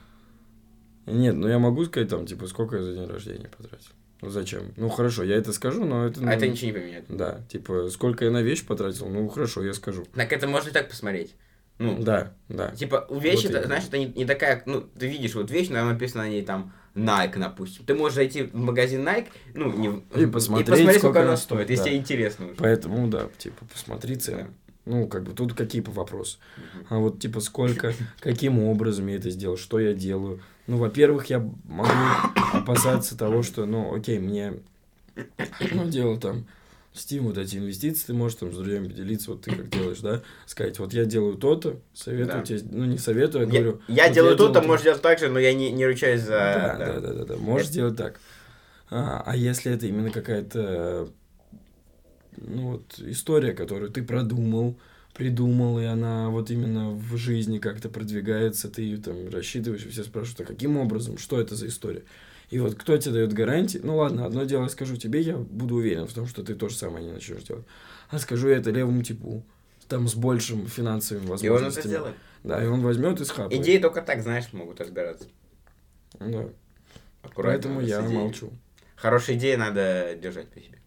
Speaker 1: Нет, ну я могу сказать там, типа, сколько я за день рождения потратил. Ну зачем? Ну хорошо, я это скажу, но это... ну,
Speaker 2: А это ничего не поменяет.
Speaker 1: Да, типа, сколько я на вещь потратил, ну хорошо, я скажу.
Speaker 2: Так это можно и так посмотреть. Ну,
Speaker 1: Да, да.
Speaker 2: Типа, у вещи,
Speaker 1: Вот
Speaker 2: это,
Speaker 1: именно.
Speaker 2: знаешь, это не, не такая, ну, ты видишь, вот вещь, там написано на ней там Nike, допустим. Ты можешь зайти в магазин Nike, ну, не, в-
Speaker 1: И посмотреть, сколько
Speaker 2: она
Speaker 1: она
Speaker 2: стоит,
Speaker 1: стоит,
Speaker 2: если
Speaker 1: да.
Speaker 2: тебе интересно уже.
Speaker 1: Поэтому, да, типа, посмотри цены. Ну, как бы, тут какие по вопросы. А вот, типа, сколько, каким образом я это сделал, что я делаю. Ну, во-первых, я могу опасаться того, что, ну, окей, мне, ну, делал там Steam, вот эти инвестиции, ты можешь там с друзьями поделиться, вот ты как делаешь, да, сказать, вот я делаю то-то, советую
Speaker 2: Да.
Speaker 1: тебе, ну, не советую, я
Speaker 2: Я,
Speaker 1: говорю.
Speaker 2: я
Speaker 1: вот
Speaker 2: делаю то, то
Speaker 1: делал
Speaker 2: можешь делать так же, но я не, не ручаюсь за...
Speaker 1: да,
Speaker 2: да.
Speaker 1: да, да, да, да. Можешь
Speaker 2: Это-
Speaker 1: сделать так. А, а если это именно какая-то э, ну вот история, которую ты продумал, придумал, и она вот именно в жизни как-то продвигается, ты ее там рассчитываешь, и все спрашивают, а каким образом, что это за история? И вот кто тебе дает гарантии? Ну ладно, одно дело я скажу тебе, я буду уверен в том, что ты то же самое не начнешь делать. А скажу я это левому типу, там с большим финансовым
Speaker 2: И он это
Speaker 1: возможностями.
Speaker 2: сделает.
Speaker 1: Да, и он возьмет и схапает.
Speaker 2: Идеи только так, знаешь, могут разбираться.
Speaker 1: Да.
Speaker 2: Аккуратно
Speaker 1: Поэтому
Speaker 2: надо с
Speaker 1: я
Speaker 2: идеями.
Speaker 1: молчу.
Speaker 2: Хорошие идеи надо держать при себе.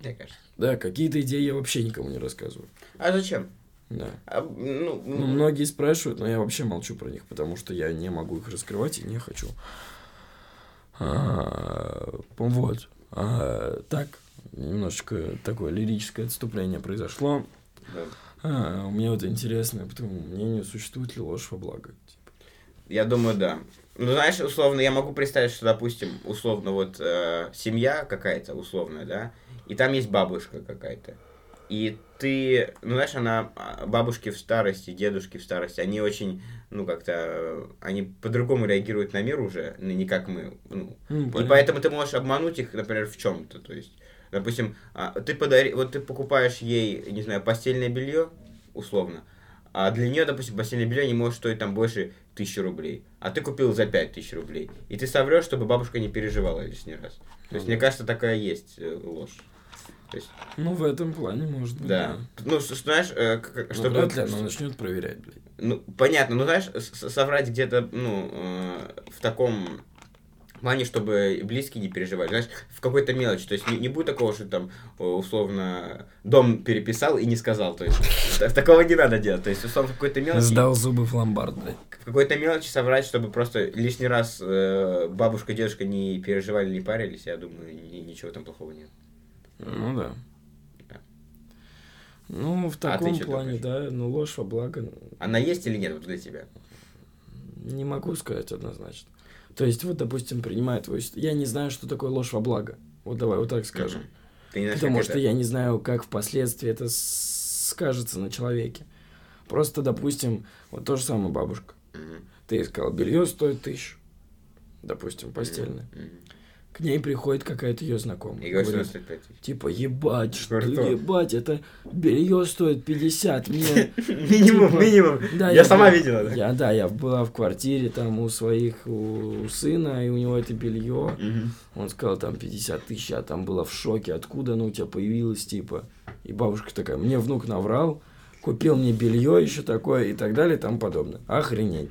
Speaker 2: Мне кажется.
Speaker 1: Да, какие-то идеи я вообще никому не рассказываю.
Speaker 2: А зачем?
Speaker 1: Да.
Speaker 2: А, ну,
Speaker 1: Ну, многие спрашивают, но я вообще молчу про них, потому что я не могу их раскрывать и не хочу. А, вот. А, так, немножечко такое лирическое отступление произошло.
Speaker 2: Да.
Speaker 1: А, мне вот интересно, по твоему мнению, существует ли ложь во благо? Типа,
Speaker 2: Я думаю, да. Ну, знаешь, условно, я могу представить, что, допустим, условно, вот э, семья какая-то условная, да, и там есть бабушка какая-то. И ты, ну, знаешь, она, а, бабушки в старости, дедушки в старости, они очень, ну, как-то, э, они по-другому реагируют на мир уже, ну, не как мы, ну,
Speaker 1: ну,
Speaker 2: и
Speaker 1: понятно.
Speaker 2: поэтому ты можешь обмануть их, например, в чем-то. То есть, допустим, а, ты подари, вот ты покупаешь ей, не знаю, постельное белье, условно, а для нее, допустим, постельное белье не может стоить там больше тысячи рублей, а ты купил за пять тысяч рублей, и ты соврешь, чтобы бабушка не переживала лишний раз. То есть, мне кажется, такая есть э, ложь. То есть,
Speaker 1: Ну, в этом плане, может быть,
Speaker 2: да. Ну, с- знаешь, э, к- к-
Speaker 1: Ну,
Speaker 2: чтобы...
Speaker 1: вряд ли она начнет проверять, блядь.
Speaker 2: Ну, понятно, ну знаешь, с- с- соврать где-то, ну, э, в таком плане, чтобы близкие не переживали, знаешь, в какой-то мелочи, то есть не, не будет такого, что там, о, условно, дом переписал и не сказал, то есть та- такого не надо делать, то есть, условно, в какой-то мелочи,
Speaker 1: Сдал зубы в ломбард, блядь.
Speaker 2: в какой-то мелочи соврать, чтобы просто лишний раз э, бабушка, дедушка не переживали, не парились, я думаю, ни- ничего там плохого нет.
Speaker 1: Ну да.
Speaker 2: Да. А
Speaker 1: Ну, в
Speaker 2: ты
Speaker 1: таком
Speaker 2: чё
Speaker 1: плане,
Speaker 2: думаешь?
Speaker 1: да, ну ложь во благо
Speaker 2: Она есть или нет вот для тебя?
Speaker 1: не могу сказать однозначно. То есть, вот, допустим, принимая твою... сит- Я не знаю, что такое ложь во благо. Вот давай вот так скажем.
Speaker 2: Мгм. Ты не знаешь,
Speaker 1: Потому
Speaker 2: как
Speaker 1: что
Speaker 2: это?
Speaker 1: я не знаю, как впоследствии это с- скажется на человеке. Просто, допустим, вот то же самое бабушка.
Speaker 2: Мгм.
Speaker 1: Ты ей сказал, белье стоит тысячу. Допустим, постельное.
Speaker 2: Мгм.
Speaker 1: К ней приходит какая-то ее знакомая.
Speaker 2: И говоришь, что она
Speaker 1: Говорит,
Speaker 2: стоит пять тысяч.
Speaker 1: Типа, ебать, что,
Speaker 2: Говорит, «О».
Speaker 1: ебать, это белье стоит 50, мне...
Speaker 2: Минимум,
Speaker 1: Типа,
Speaker 2: минимум.
Speaker 1: Да,
Speaker 2: Я сама
Speaker 1: была-
Speaker 2: видела, да?
Speaker 1: Я, да, я была в квартире там у своих, у, у сына, и у него это белье.
Speaker 2: Мгм.
Speaker 1: Он сказал, там 50 тысяч, а там была в шоке, откуда оно у тебя появилось, типа. И бабушка такая, мне внук наврал, купил мне белье еще такое и так далее и тому подобное. Охренеть.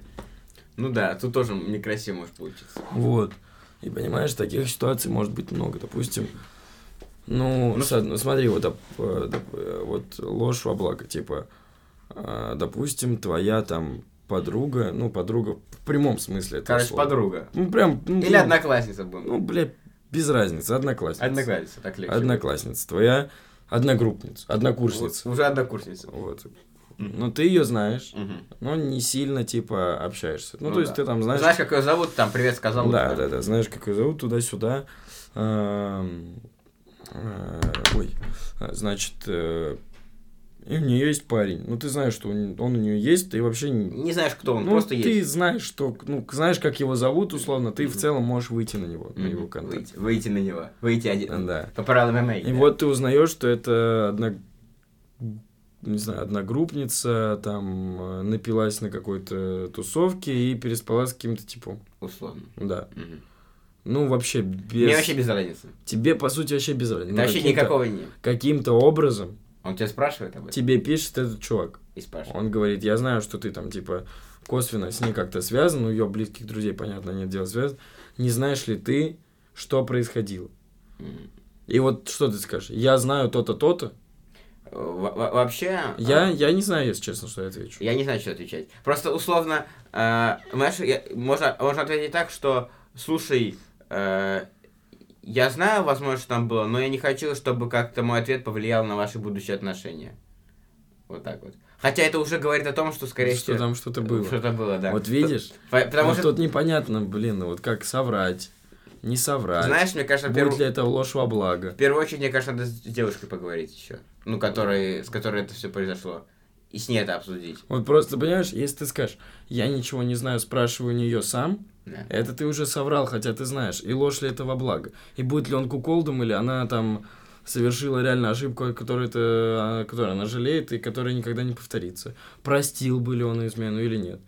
Speaker 2: Ну да, тут тоже некрасиво может получиться.
Speaker 1: Вот. И понимаешь, таких ситуаций может быть много. Допустим, ну,
Speaker 2: Ну,
Speaker 1: с одной- смотри, вот, доп- э, доп- э, вот ложь во благо, типа, а, допустим, твоя там подруга, ну, подруга в прямом смысле этого
Speaker 2: Короче,
Speaker 1: слова.
Speaker 2: подруга.
Speaker 1: Ну, прям... ну,
Speaker 2: Или
Speaker 1: прям,
Speaker 2: одноклассница будем.
Speaker 1: Ну, бля, без разницы, одноклассница.
Speaker 2: Одноклассница, так легче.
Speaker 1: Одноклассница твоя, одногруппница, однокурсница.
Speaker 2: Вот, Уже однокурсница.
Speaker 1: Вот. Но ты ее знаешь,
Speaker 2: Мгм.
Speaker 1: но не сильно, типа, общаешься. Ну,
Speaker 2: Ну
Speaker 1: то есть
Speaker 2: да.
Speaker 1: ты там знаешь...
Speaker 2: Знаешь, как ее зовут? Там привет сказал.
Speaker 1: Да, да, да, знаешь, как ее зовут, туда-сюда. Эм, э, Ой, э, значит, э, и у нее есть парень. Ну, ты знаешь, что он он у нее есть, ты вообще не...
Speaker 2: Не знаешь, кто он,
Speaker 1: Ну,
Speaker 2: просто
Speaker 1: ты
Speaker 2: есть.
Speaker 1: знаешь, что, ну, знаешь, как его зовут, условно, ты в
Speaker 2: Мгм.
Speaker 1: целом можешь выйти на него, на его
Speaker 2: Мгм.
Speaker 1: контакт.
Speaker 2: Выйти, выйти на него. Выйти один.
Speaker 1: Да.
Speaker 2: По правилам ММА.
Speaker 1: И вот ты узнаешь, что это одна, не знаю, одногруппница, там, э, напилась на какой-то тусовке и переспала с каким-то типом.
Speaker 2: Условно.
Speaker 1: Да.
Speaker 2: Мгм.
Speaker 1: Ну, вообще без...
Speaker 2: Мне вообще без разницы.
Speaker 1: Тебе, по сути, вообще без разницы.
Speaker 2: Это
Speaker 1: Ну,
Speaker 2: вообще
Speaker 1: каким-то-
Speaker 2: никакого не.
Speaker 1: Каким-то образом
Speaker 2: Он тебя спрашивает об этом?
Speaker 1: тебе пишет этот чувак.
Speaker 2: И спрашивает.
Speaker 1: Он говорит, я знаю, что ты там, типа, косвенно с ней как-то связан, у ее близких друзей, понятно, нет дела связан. Не знаешь ли ты, что происходило?
Speaker 2: Мгм.
Speaker 1: И вот что ты скажешь? Я знаю то-то, то-то.
Speaker 2: Во- во- Вообще...
Speaker 1: Я,
Speaker 2: а,
Speaker 1: я не знаю, если честно, что я отвечу.
Speaker 2: Я не знаю, что отвечать. Просто условно, э, знаешь, я- можно, можно ответить так, что, слушай, э, я знаю, возможно, что там было, но я не хочу, чтобы как-то мой ответ повлиял на ваши будущие отношения. Вот так вот. Хотя это уже говорит о том, что, скорее
Speaker 1: что
Speaker 2: всего,
Speaker 1: там что-то было.
Speaker 2: что-то было, да.
Speaker 1: Вот видишь?
Speaker 2: По- Потому
Speaker 1: Вот
Speaker 2: что,
Speaker 1: тут непонятно, блин, ну вот как соврать, не соврать.
Speaker 2: знаешь, мне кажется, в
Speaker 1: будет
Speaker 2: первую,
Speaker 1: ли это ложь во благо?
Speaker 2: в первую очередь, мне кажется, надо с девушкой поговорить еще. Ну, которой, с которой это все произошло. И с ней это обсудить.
Speaker 1: Вот просто, понимаешь, если ты скажешь, я ничего не знаю, спрашиваю у нее сам,
Speaker 2: Да.
Speaker 1: Это ты уже соврал, хотя ты знаешь. И ложь ли это во благо? И будет ли он куколдом, или она там совершила реально ошибку, о которой, это, о которой она жалеет и которая никогда не повторится. Простил бы ли он измену или нет.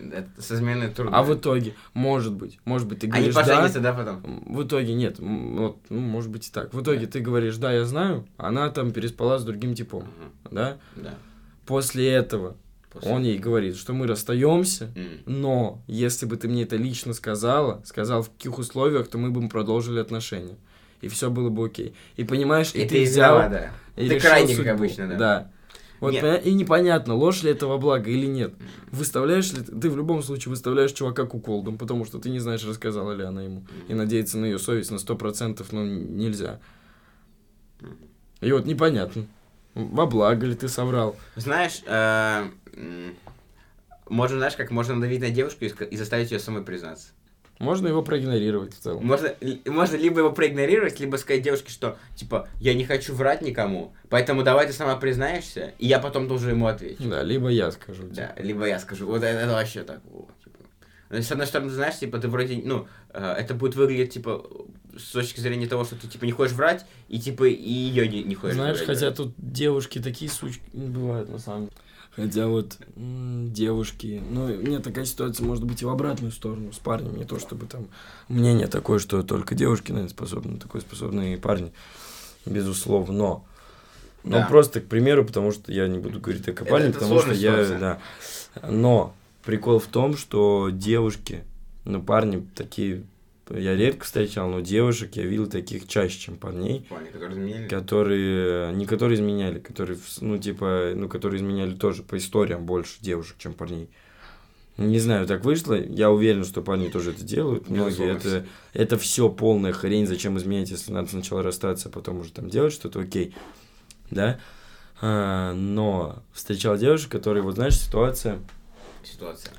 Speaker 2: Это со изменой трудно.
Speaker 1: А в итоге, может быть, может быть, ты
Speaker 2: Они
Speaker 1: говоришь да.
Speaker 2: поженятся, да, потом?
Speaker 1: В итоге нет, м, вот, ну, может быть и так. В итоге ты говоришь, да, я знаю, она там переспала с другим типом,
Speaker 2: Мгм.
Speaker 1: да.
Speaker 2: Да.
Speaker 1: После этого
Speaker 2: После.
Speaker 1: он ей говорит, что мы расстаемся,
Speaker 2: М.
Speaker 1: Но если бы ты мне это лично сказала, сказал в каких условиях, то мы бы продолжили отношения. И все было бы окей. И понимаешь, и,
Speaker 2: И
Speaker 1: ты,
Speaker 2: ты
Speaker 1: взял
Speaker 2: взяла, да.
Speaker 1: и
Speaker 2: Ты
Speaker 1: решил
Speaker 2: крайний, как
Speaker 1: судьбу.
Speaker 2: обычно, да.
Speaker 1: Да.
Speaker 3: Вот,
Speaker 2: Нет.
Speaker 3: поня- И непонятно, ложь ли этого блага или нет. Выставляешь ли ты, ты в любом случае выставляешь чувака куколдом, потому что ты не знаешь, рассказала ли она ему. И надеяться на ее совесть на 100% ну, нельзя. И вот непонятно, во благо ли ты соврал.
Speaker 2: Знаешь, э, м, можно, знаешь, как можно надавить на девушку и ска- и заставить ее самой признаться.
Speaker 3: Можно его проигнорировать в целом.
Speaker 2: Можно, л- можно либо его проигнорировать, либо сказать девушке, что, типа, я не хочу врать никому, поэтому давай ты сама признаешься, и я потом тоже ему отвечу.
Speaker 3: Да, либо я скажу. типа.
Speaker 2: Да, либо я скажу, вот это, это вообще так. о, типа. Ну, С одной стороны, знаешь, типа, ты вроде, ну, э, это будет выглядеть, типа, с точки зрения того, что ты, типа, не хочешь врать, и, типа, и ее не, не хочешь
Speaker 3: Знаешь,
Speaker 2: врать.
Speaker 3: хотя тут девушки такие сучки бывают, на самом деле. Хотя вот м, девушки... Ну, у меня такая ситуация может быть и в обратную сторону с парнем. Не то чтобы там мнение такое, что только девушки, наверное, способны. на Такое способны и парни, безусловно. Но... Но
Speaker 2: Да.
Speaker 1: просто, к примеру, потому что я не буду говорить так о
Speaker 2: Это-
Speaker 1: парне,
Speaker 2: это
Speaker 1: потому что
Speaker 2: сложная
Speaker 1: я...
Speaker 2: ситуация.
Speaker 1: Да. Но прикол в том, что девушки, ну, парни такие... Я редко встречал, но девушек я видел таких чаще, чем парней.
Speaker 2: Понял, который изменили.
Speaker 1: которые не которые изменяли, которые вс- ну типа ну которые изменяли тоже по историям больше девушек, чем парней. Не знаю, так вышло. Я уверен, что парни тоже это делают. Многие
Speaker 2: Безусловно,
Speaker 1: это это все полная хрень. Зачем изменять, если надо сначала расстаться, а потом уже там делать что-то? Окей, да. А, но встречал девушек, которые вот знаешь ситуация.
Speaker 2: Ситуация.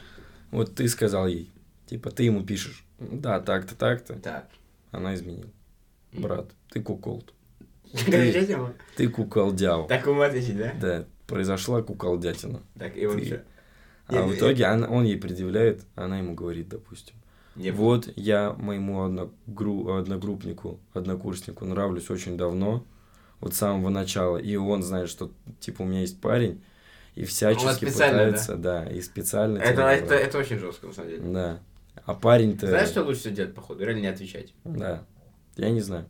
Speaker 1: Вот ты сказал ей, типа ты ему пишешь, да, так-то, так-то.
Speaker 2: Так.
Speaker 1: Она изменила, брат, ты куколд,
Speaker 2: Короче, тема.
Speaker 1: ты куколдяу.
Speaker 2: Так ему ответить, да?
Speaker 1: Да, произошла куколдятина.
Speaker 2: Так, и он
Speaker 1: Ты.
Speaker 2: всё.
Speaker 1: А
Speaker 2: Не,
Speaker 1: в
Speaker 2: не,
Speaker 1: итоге она- он ей предъявляет, она ему говорит, допустим.
Speaker 2: Не было.
Speaker 1: Вот я моему одногру- одногруппнику, однокурснику нравлюсь очень давно, вот с самого начала. И он знает, что, типа, у меня есть парень, и всячески
Speaker 2: специально, да?
Speaker 1: пытается, да? и специально... тебя
Speaker 2: Это, это,
Speaker 1: набрать.
Speaker 2: это очень жестко, на самом деле.
Speaker 1: Да. А парень-то...
Speaker 2: Знаешь, что лучше всего делать, походу? Реально не отвечать.
Speaker 1: Да. Я не знаю.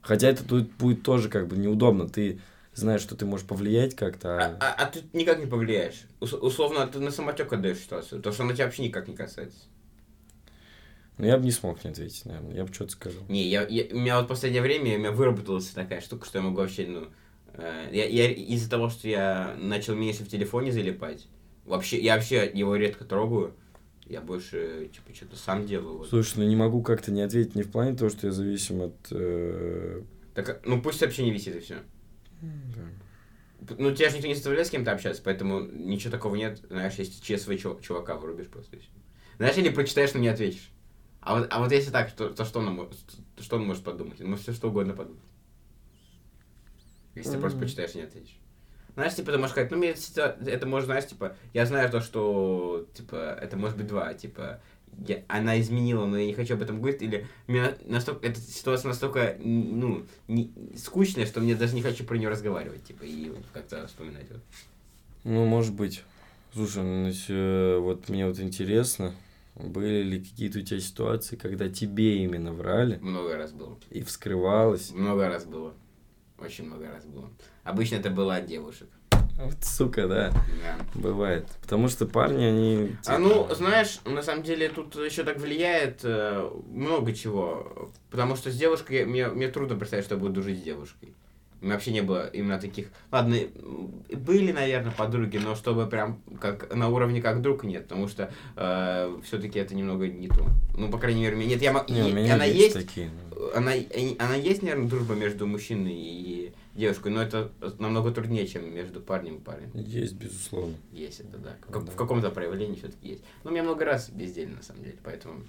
Speaker 1: Хотя это тут будет тоже как бы неудобно. Ты знаешь, что ты можешь повлиять как-то.
Speaker 2: А,
Speaker 1: а-
Speaker 2: а- а ты никак не повлияешь. Ус- условно, ты на самотек отдаешь ситуацию, потому что она тебя вообще никак не касается.
Speaker 1: Ну, я бы не смог не ответить, наверное. Я бы что-то сказал.
Speaker 2: Не, я, я- у меня вот в последнее время у меня выработалась такая штука, что я могу вообще, ну... э, я, я из-за того, что я начал меньше в телефоне залипать, вообще, я вообще его редко трогаю, я больше, типа, что-то сам делаю. вот.
Speaker 1: Слушай, ну не могу как-то не ответить не в плане того, что я зависим от... э,
Speaker 2: Так, ну пусть сообщение висит и все. Ну, тебя же никто не заставляет с кем-то общаться, поэтому ничего такого нет, знаешь, если ЧСВ чу- чувака вырубишь просто и всё. Знаешь, или прочитаешь, но не ответишь. А вот, а вот если так, то, то что, он, мо- то что он может подумать? Он может все что угодно подумать. Если ты просто
Speaker 1: Мгм.
Speaker 2: почитаешь, и не ответишь. Знаешь, типа, ты можешь сказать, ну, мне это, ситуа- это может, знаешь, типа, я знаю то, что, типа, это может быть два, типа, я- она изменила, но я не хочу об этом говорить, или меня настолько, эта ситуация настолько, н- ну, не- скучная, что мне даже не хочу про нее разговаривать, типа, и как-то вспоминать. Вот.
Speaker 1: Ну, может быть. Слушай, ну, с- э, вот мне вот интересно, были ли какие-то у тебя ситуации, когда тебе именно врали
Speaker 2: Много раз было.
Speaker 1: и вскрывалось?
Speaker 2: Много раз было. Очень много раз было. Обычно это было от девушек.
Speaker 1: Вот, сука, да,
Speaker 2: Да.
Speaker 1: бывает. Потому что парни, они...
Speaker 2: А
Speaker 1: типа,
Speaker 2: ну, знаешь, на самом деле тут еще так влияет э, много чего. Потому что с девушкой я- мне, мне трудно представить, что я буду дружить с девушкой. У меня вообще не было именно таких. Ладно, м, были, наверное, подруги, но чтобы прям как на уровне как друг нет, потому что все-таки это немного не то. Ну, по крайней мере, у меня нет, я мо-
Speaker 1: Не, у
Speaker 2: е-
Speaker 1: меня
Speaker 2: она
Speaker 1: есть
Speaker 2: есть,
Speaker 1: такие. ну.
Speaker 2: она, они- она есть, наверное, дружба между мужчиной и девушкой, но это э, намного труднее, чем между парнем и парнем.
Speaker 1: Есть, безусловно.
Speaker 2: Есть это, да. Как-
Speaker 1: Да.
Speaker 2: В каком-то проявлении все-таки есть. Но у меня много раз безделье, на самом деле, поэтому...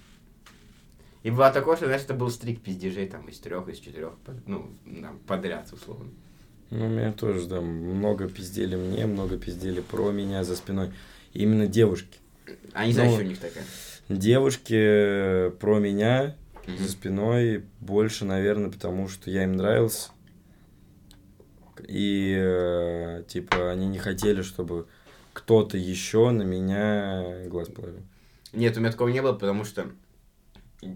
Speaker 2: И было такое, что, знаешь, это был стрик пиздежей там из трех, из четырех, ну, там, подряд, условно.
Speaker 1: Ну, у меня тоже, да, много пиздели мне, много пиздели про меня за спиной. Именно девушки.
Speaker 2: А не знаю,
Speaker 1: Ну,
Speaker 2: что у них такая.
Speaker 1: Девушки э, про меня за спиной больше, наверное, потому что я им нравился. И, э, типа, они не хотели, чтобы кто-то еще на меня глаз положил.
Speaker 2: Нет, у меня такого не было, потому что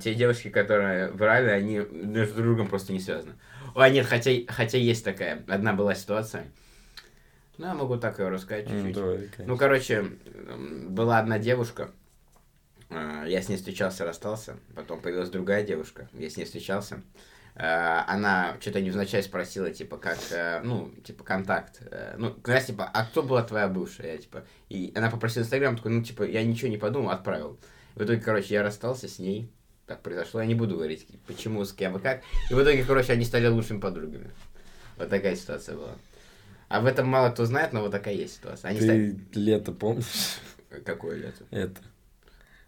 Speaker 2: те девушки, которые врали, они между другом просто не связаны. Ой, нет, хотя, хотя есть такая. Одна была ситуация. Ну, я могу так ее рассказать
Speaker 1: Ну,
Speaker 2: чуть-чуть.
Speaker 1: давай, конечно.
Speaker 2: Ну, короче, м, была одна девушка, а, я с ней встречался, расстался, потом появилась другая девушка, я с ней встречался, э, она что-то невзначай спросила, типа, как, э, ну, типа, контакт. э, ну, знаешь, типа, а кто была твоя бывшая, я, типа. И она попросила Инстаграм, такой, ну, типа, я ничего не подумал, отправил. В итоге, короче, я расстался с ней, так произошло, я не буду говорить, почему, с кем и как. И в итоге, короче, они стали лучшими подругами. Вот такая ситуация была. Об этом мало кто знает, но вот такая есть ситуация. Они
Speaker 1: Ты лето помнишь?
Speaker 2: стали... Какое лето?
Speaker 1: Это.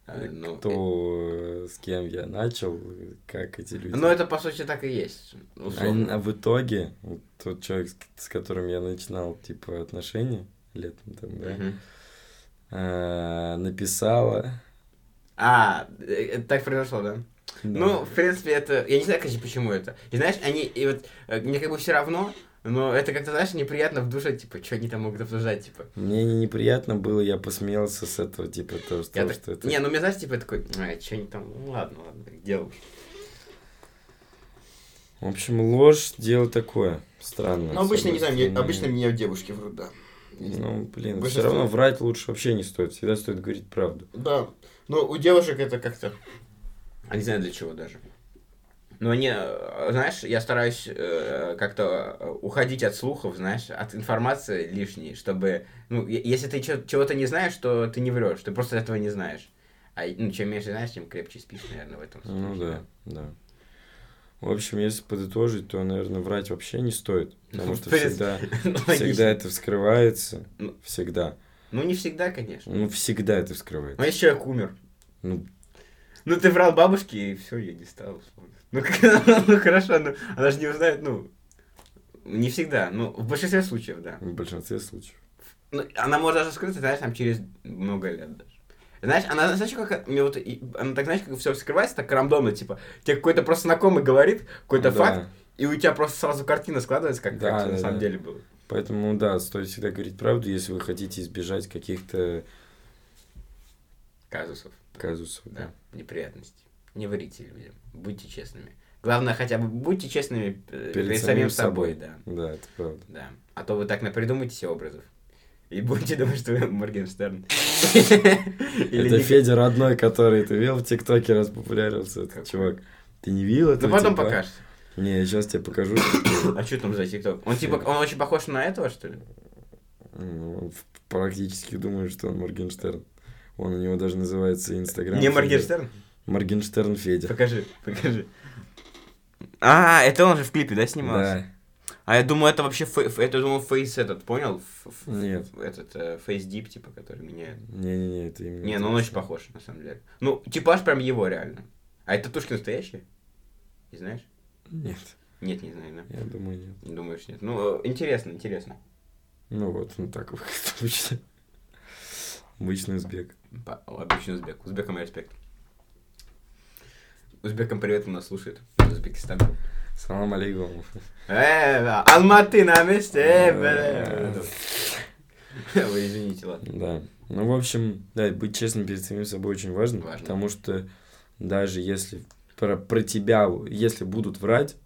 Speaker 2: А, ну,
Speaker 1: Кто, э, с кем я начал, как эти люди.
Speaker 2: Ну, это, по сути, так и есть. условно.
Speaker 1: А- а в итоге, вот тот человек, с к- с которым я начинал, типа, отношения летом там, да,
Speaker 2: Мгм.
Speaker 1: а, написала.
Speaker 2: А, э, э, так произошло, да?
Speaker 1: да.
Speaker 2: Ну, в принципе, это... Я не знаю, короче, почему это. И знаешь, они... И вот э, мне как бы все равно, но это как-то, знаешь, неприятно в душе, типа, что они там могут обсуждать, типа.
Speaker 1: Мне не- неприятно было, я посмеялся с этого, типа, то, что,
Speaker 2: Я так-
Speaker 1: что это...
Speaker 2: Не, ну, мне, знаешь, типа, такой, а, что они там... Ну, ладно, ладно, делал.
Speaker 1: В общем, ложь, дело такое. Странно.
Speaker 2: Ну, обычно, не знаю, мне-
Speaker 1: особенно.
Speaker 2: обычно меня девушки врут, да.
Speaker 1: Ну, блин, все
Speaker 2: Большинство-
Speaker 1: равно врать лучше вообще не стоит. Всегда стоит говорить правду.
Speaker 2: Да. Но у девушек это как-то... А не знаю для чего даже. Но они, э, знаешь, я стараюсь э, как-то э, уходить от слухов, знаешь, от информации лишней, чтобы, ну, е- если ты чё- чего-то не знаешь, то ты не врешь, ты просто этого не знаешь. А ну, чем меньше знаешь, тем крепче спишь, наверное, в этом
Speaker 1: Ну да, да. В общем, если подытожить, то, наверное, врать вообще не стоит. Потому
Speaker 2: Ну,
Speaker 1: что
Speaker 2: в принципе,
Speaker 1: всегда,
Speaker 2: Ну,
Speaker 1: всегда
Speaker 2: логично.
Speaker 1: это вскрывается.
Speaker 2: Ну.
Speaker 1: Всегда.
Speaker 2: Ну, не всегда, конечно.
Speaker 1: Ну, всегда это
Speaker 2: Но
Speaker 1: вскрывается.
Speaker 2: если человек умер,
Speaker 1: Ну,
Speaker 2: ну, ты врал бабушке, и все, ее не стало, условно. Ну, как- ну, хорошо, ну, она же не узнает, ну, не всегда, ну, в большинстве случаев, да.
Speaker 1: в большинстве случаев.
Speaker 2: Ну, она может даже скрыться, знаешь, там через много лет даже. Знаешь, она, знаешь, как мне вот, и- она так, знаешь, как все скрывается, так рандомно, типа, тебе какой-то просто знакомый говорит, какой-то
Speaker 1: Ну Да.
Speaker 2: факт, и у тебя просто сразу картина складывается, как,
Speaker 1: Да,
Speaker 2: как всё на
Speaker 1: да,
Speaker 2: самом
Speaker 1: да.
Speaker 2: деле было.
Speaker 1: Поэтому, да, стоит всегда говорить правду, если вы хотите избежать каких-то
Speaker 2: Казусов,
Speaker 1: казусов.
Speaker 2: да, неприятностей. Не врите людям, будьте честными. Главное, хотя бы будьте честными э, перед, самим собой, да.
Speaker 1: Да, это правда.
Speaker 2: Да. А то вы так напридумаете себе образов. И будете думать, что вы Моргенштерн. Или
Speaker 1: это
Speaker 2: не-
Speaker 1: Федя родной, который ты видел в ТикТоке распопулярился, этот
Speaker 2: Какой?
Speaker 1: чувак. Ты не видел этого
Speaker 2: Ну потом
Speaker 1: типа?
Speaker 2: покажешь.
Speaker 1: Не, я сейчас тебе покажу.
Speaker 2: А что там за ТикТок? Он типа, он очень похож на этого, что ли?
Speaker 1: Ну, в- Практически думаю, что он Моргенштерн. Он у него даже называется Инстаграм.
Speaker 2: Не
Speaker 1: Федя.
Speaker 2: Моргенштерн?
Speaker 1: Моргенштерн Федя.
Speaker 2: Покажи, покажи. А, это он же в клипе, да, снимался?
Speaker 1: Да.
Speaker 2: А я думаю, это вообще, фе- фе- это, думал, фейс этот, понял? Ф- ф-
Speaker 1: Нет.
Speaker 2: Этот, э, фейс дип, типа, который меняет.
Speaker 1: Не-не-не, это именно.
Speaker 2: Не,
Speaker 1: тот.
Speaker 2: ну он очень похож, на самом деле. Ну, типаж прям его, реально. А это тушки настоящие? Не знаешь?
Speaker 1: Нет,
Speaker 2: Нет, не знаю, да?
Speaker 1: я думаю, нет.
Speaker 2: Думаешь, нет? Ну, э, интересно, интересно.
Speaker 1: Ну вот, ну так вот, обычно. Обычный узбек.
Speaker 2: По- Обычный узбек. Узбекам респект. Узбекам привет, он нас слушает. из Узбекистана.
Speaker 1: Салам алейкум.
Speaker 2: Э, да. Алматы на месте, э,
Speaker 1: Э.
Speaker 2: бля. Вы извините, ладно.
Speaker 1: Да. Ну, в общем, да, быть честным перед самим собой очень важно,
Speaker 2: Важно.
Speaker 1: потому что даже если про, про тебя, если будут врать,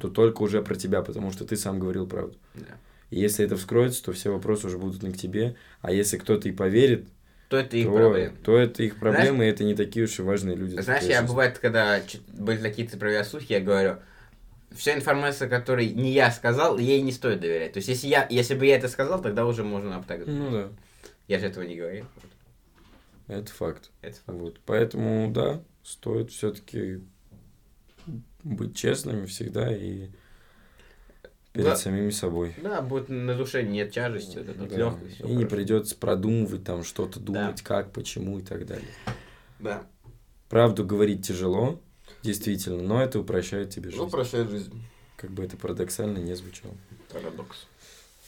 Speaker 1: то только уже про тебя, потому что ты сам говорил правду.
Speaker 2: Да.
Speaker 1: И если это вскроется, то все вопросы уже будут не к тебе. А если кто-то и поверит,
Speaker 2: То это их
Speaker 1: то,
Speaker 2: проблема.
Speaker 1: то это их проблемы, и это не такие уж и важные люди.
Speaker 2: Знаешь, я бывает, когда чё- были такие цифровые слухи, я говорю, вся информация, которой не я сказал, ей не стоит доверять. То есть, если, я, если бы я это сказал, тогда уже можно об так.
Speaker 1: Ну да,
Speaker 2: Я же этого не говорил.
Speaker 1: это факт.
Speaker 2: Это факт.
Speaker 1: Вот. Поэтому, да, стоит все-таки быть честными всегда и перед
Speaker 2: Да.
Speaker 1: самими собой.
Speaker 2: Да, будет на душе нет тяжести, вот
Speaker 1: Да.
Speaker 2: это легкость.
Speaker 1: И не придется продумывать там что-то, думать, как, почему и так далее.
Speaker 2: Да.
Speaker 1: Правду говорить тяжело, действительно, но это упрощает
Speaker 2: Ну,
Speaker 1: тебе жизнь.
Speaker 2: прощай жизнь.
Speaker 1: Как бы это парадоксально не звучало.
Speaker 2: Парадокс.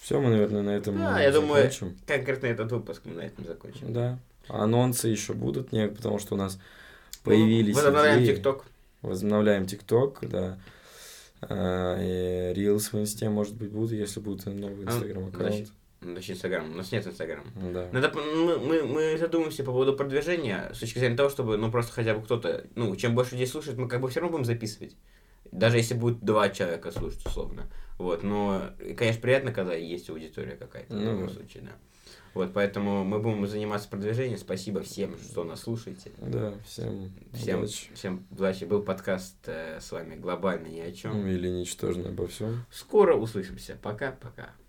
Speaker 1: Все, мы, наверное, на этом
Speaker 2: Да, я думаю,
Speaker 1: закончим.
Speaker 2: Конкретно этот выпуск мы на этом закончим.
Speaker 1: Да. А Анонсы еще будут, не, потому что у нас появились
Speaker 2: Ну, Возобновляем
Speaker 1: идеи.
Speaker 2: Ну, ТикТок.
Speaker 1: Возобновляем ТикТок, да. А, и Reels в Инсте, может быть, будут, если будут новый
Speaker 2: А,
Speaker 1: Инстаграм-аккаунт.
Speaker 2: значит- Ну, Точнее, Инстаграм. У нас нет Инстаграма.
Speaker 1: Да.
Speaker 2: Надо, по- Ну, мы, мы, мы задумаемся по поводу продвижения с точки зрения того, чтобы, ну, просто хотя бы кто-то, ну, чем больше людей слушает, мы как бы все равно будем записывать. Даже если будет два человека слушать, условно. Вот, но, и, конечно, приятно, когда есть аудитория какая-то в
Speaker 1: Ну
Speaker 2: любом
Speaker 1: да.
Speaker 2: случае, да. Вот, поэтому мы будем заниматься продвижением. Спасибо всем, что нас слушаете.
Speaker 1: Да, всем,
Speaker 2: Всем,
Speaker 1: удачи.
Speaker 2: всем удачи. Был подкаст э, с вами глобально ни о чем.
Speaker 1: Или ничтожно обо всем.
Speaker 2: Скоро услышимся. Пока-пока.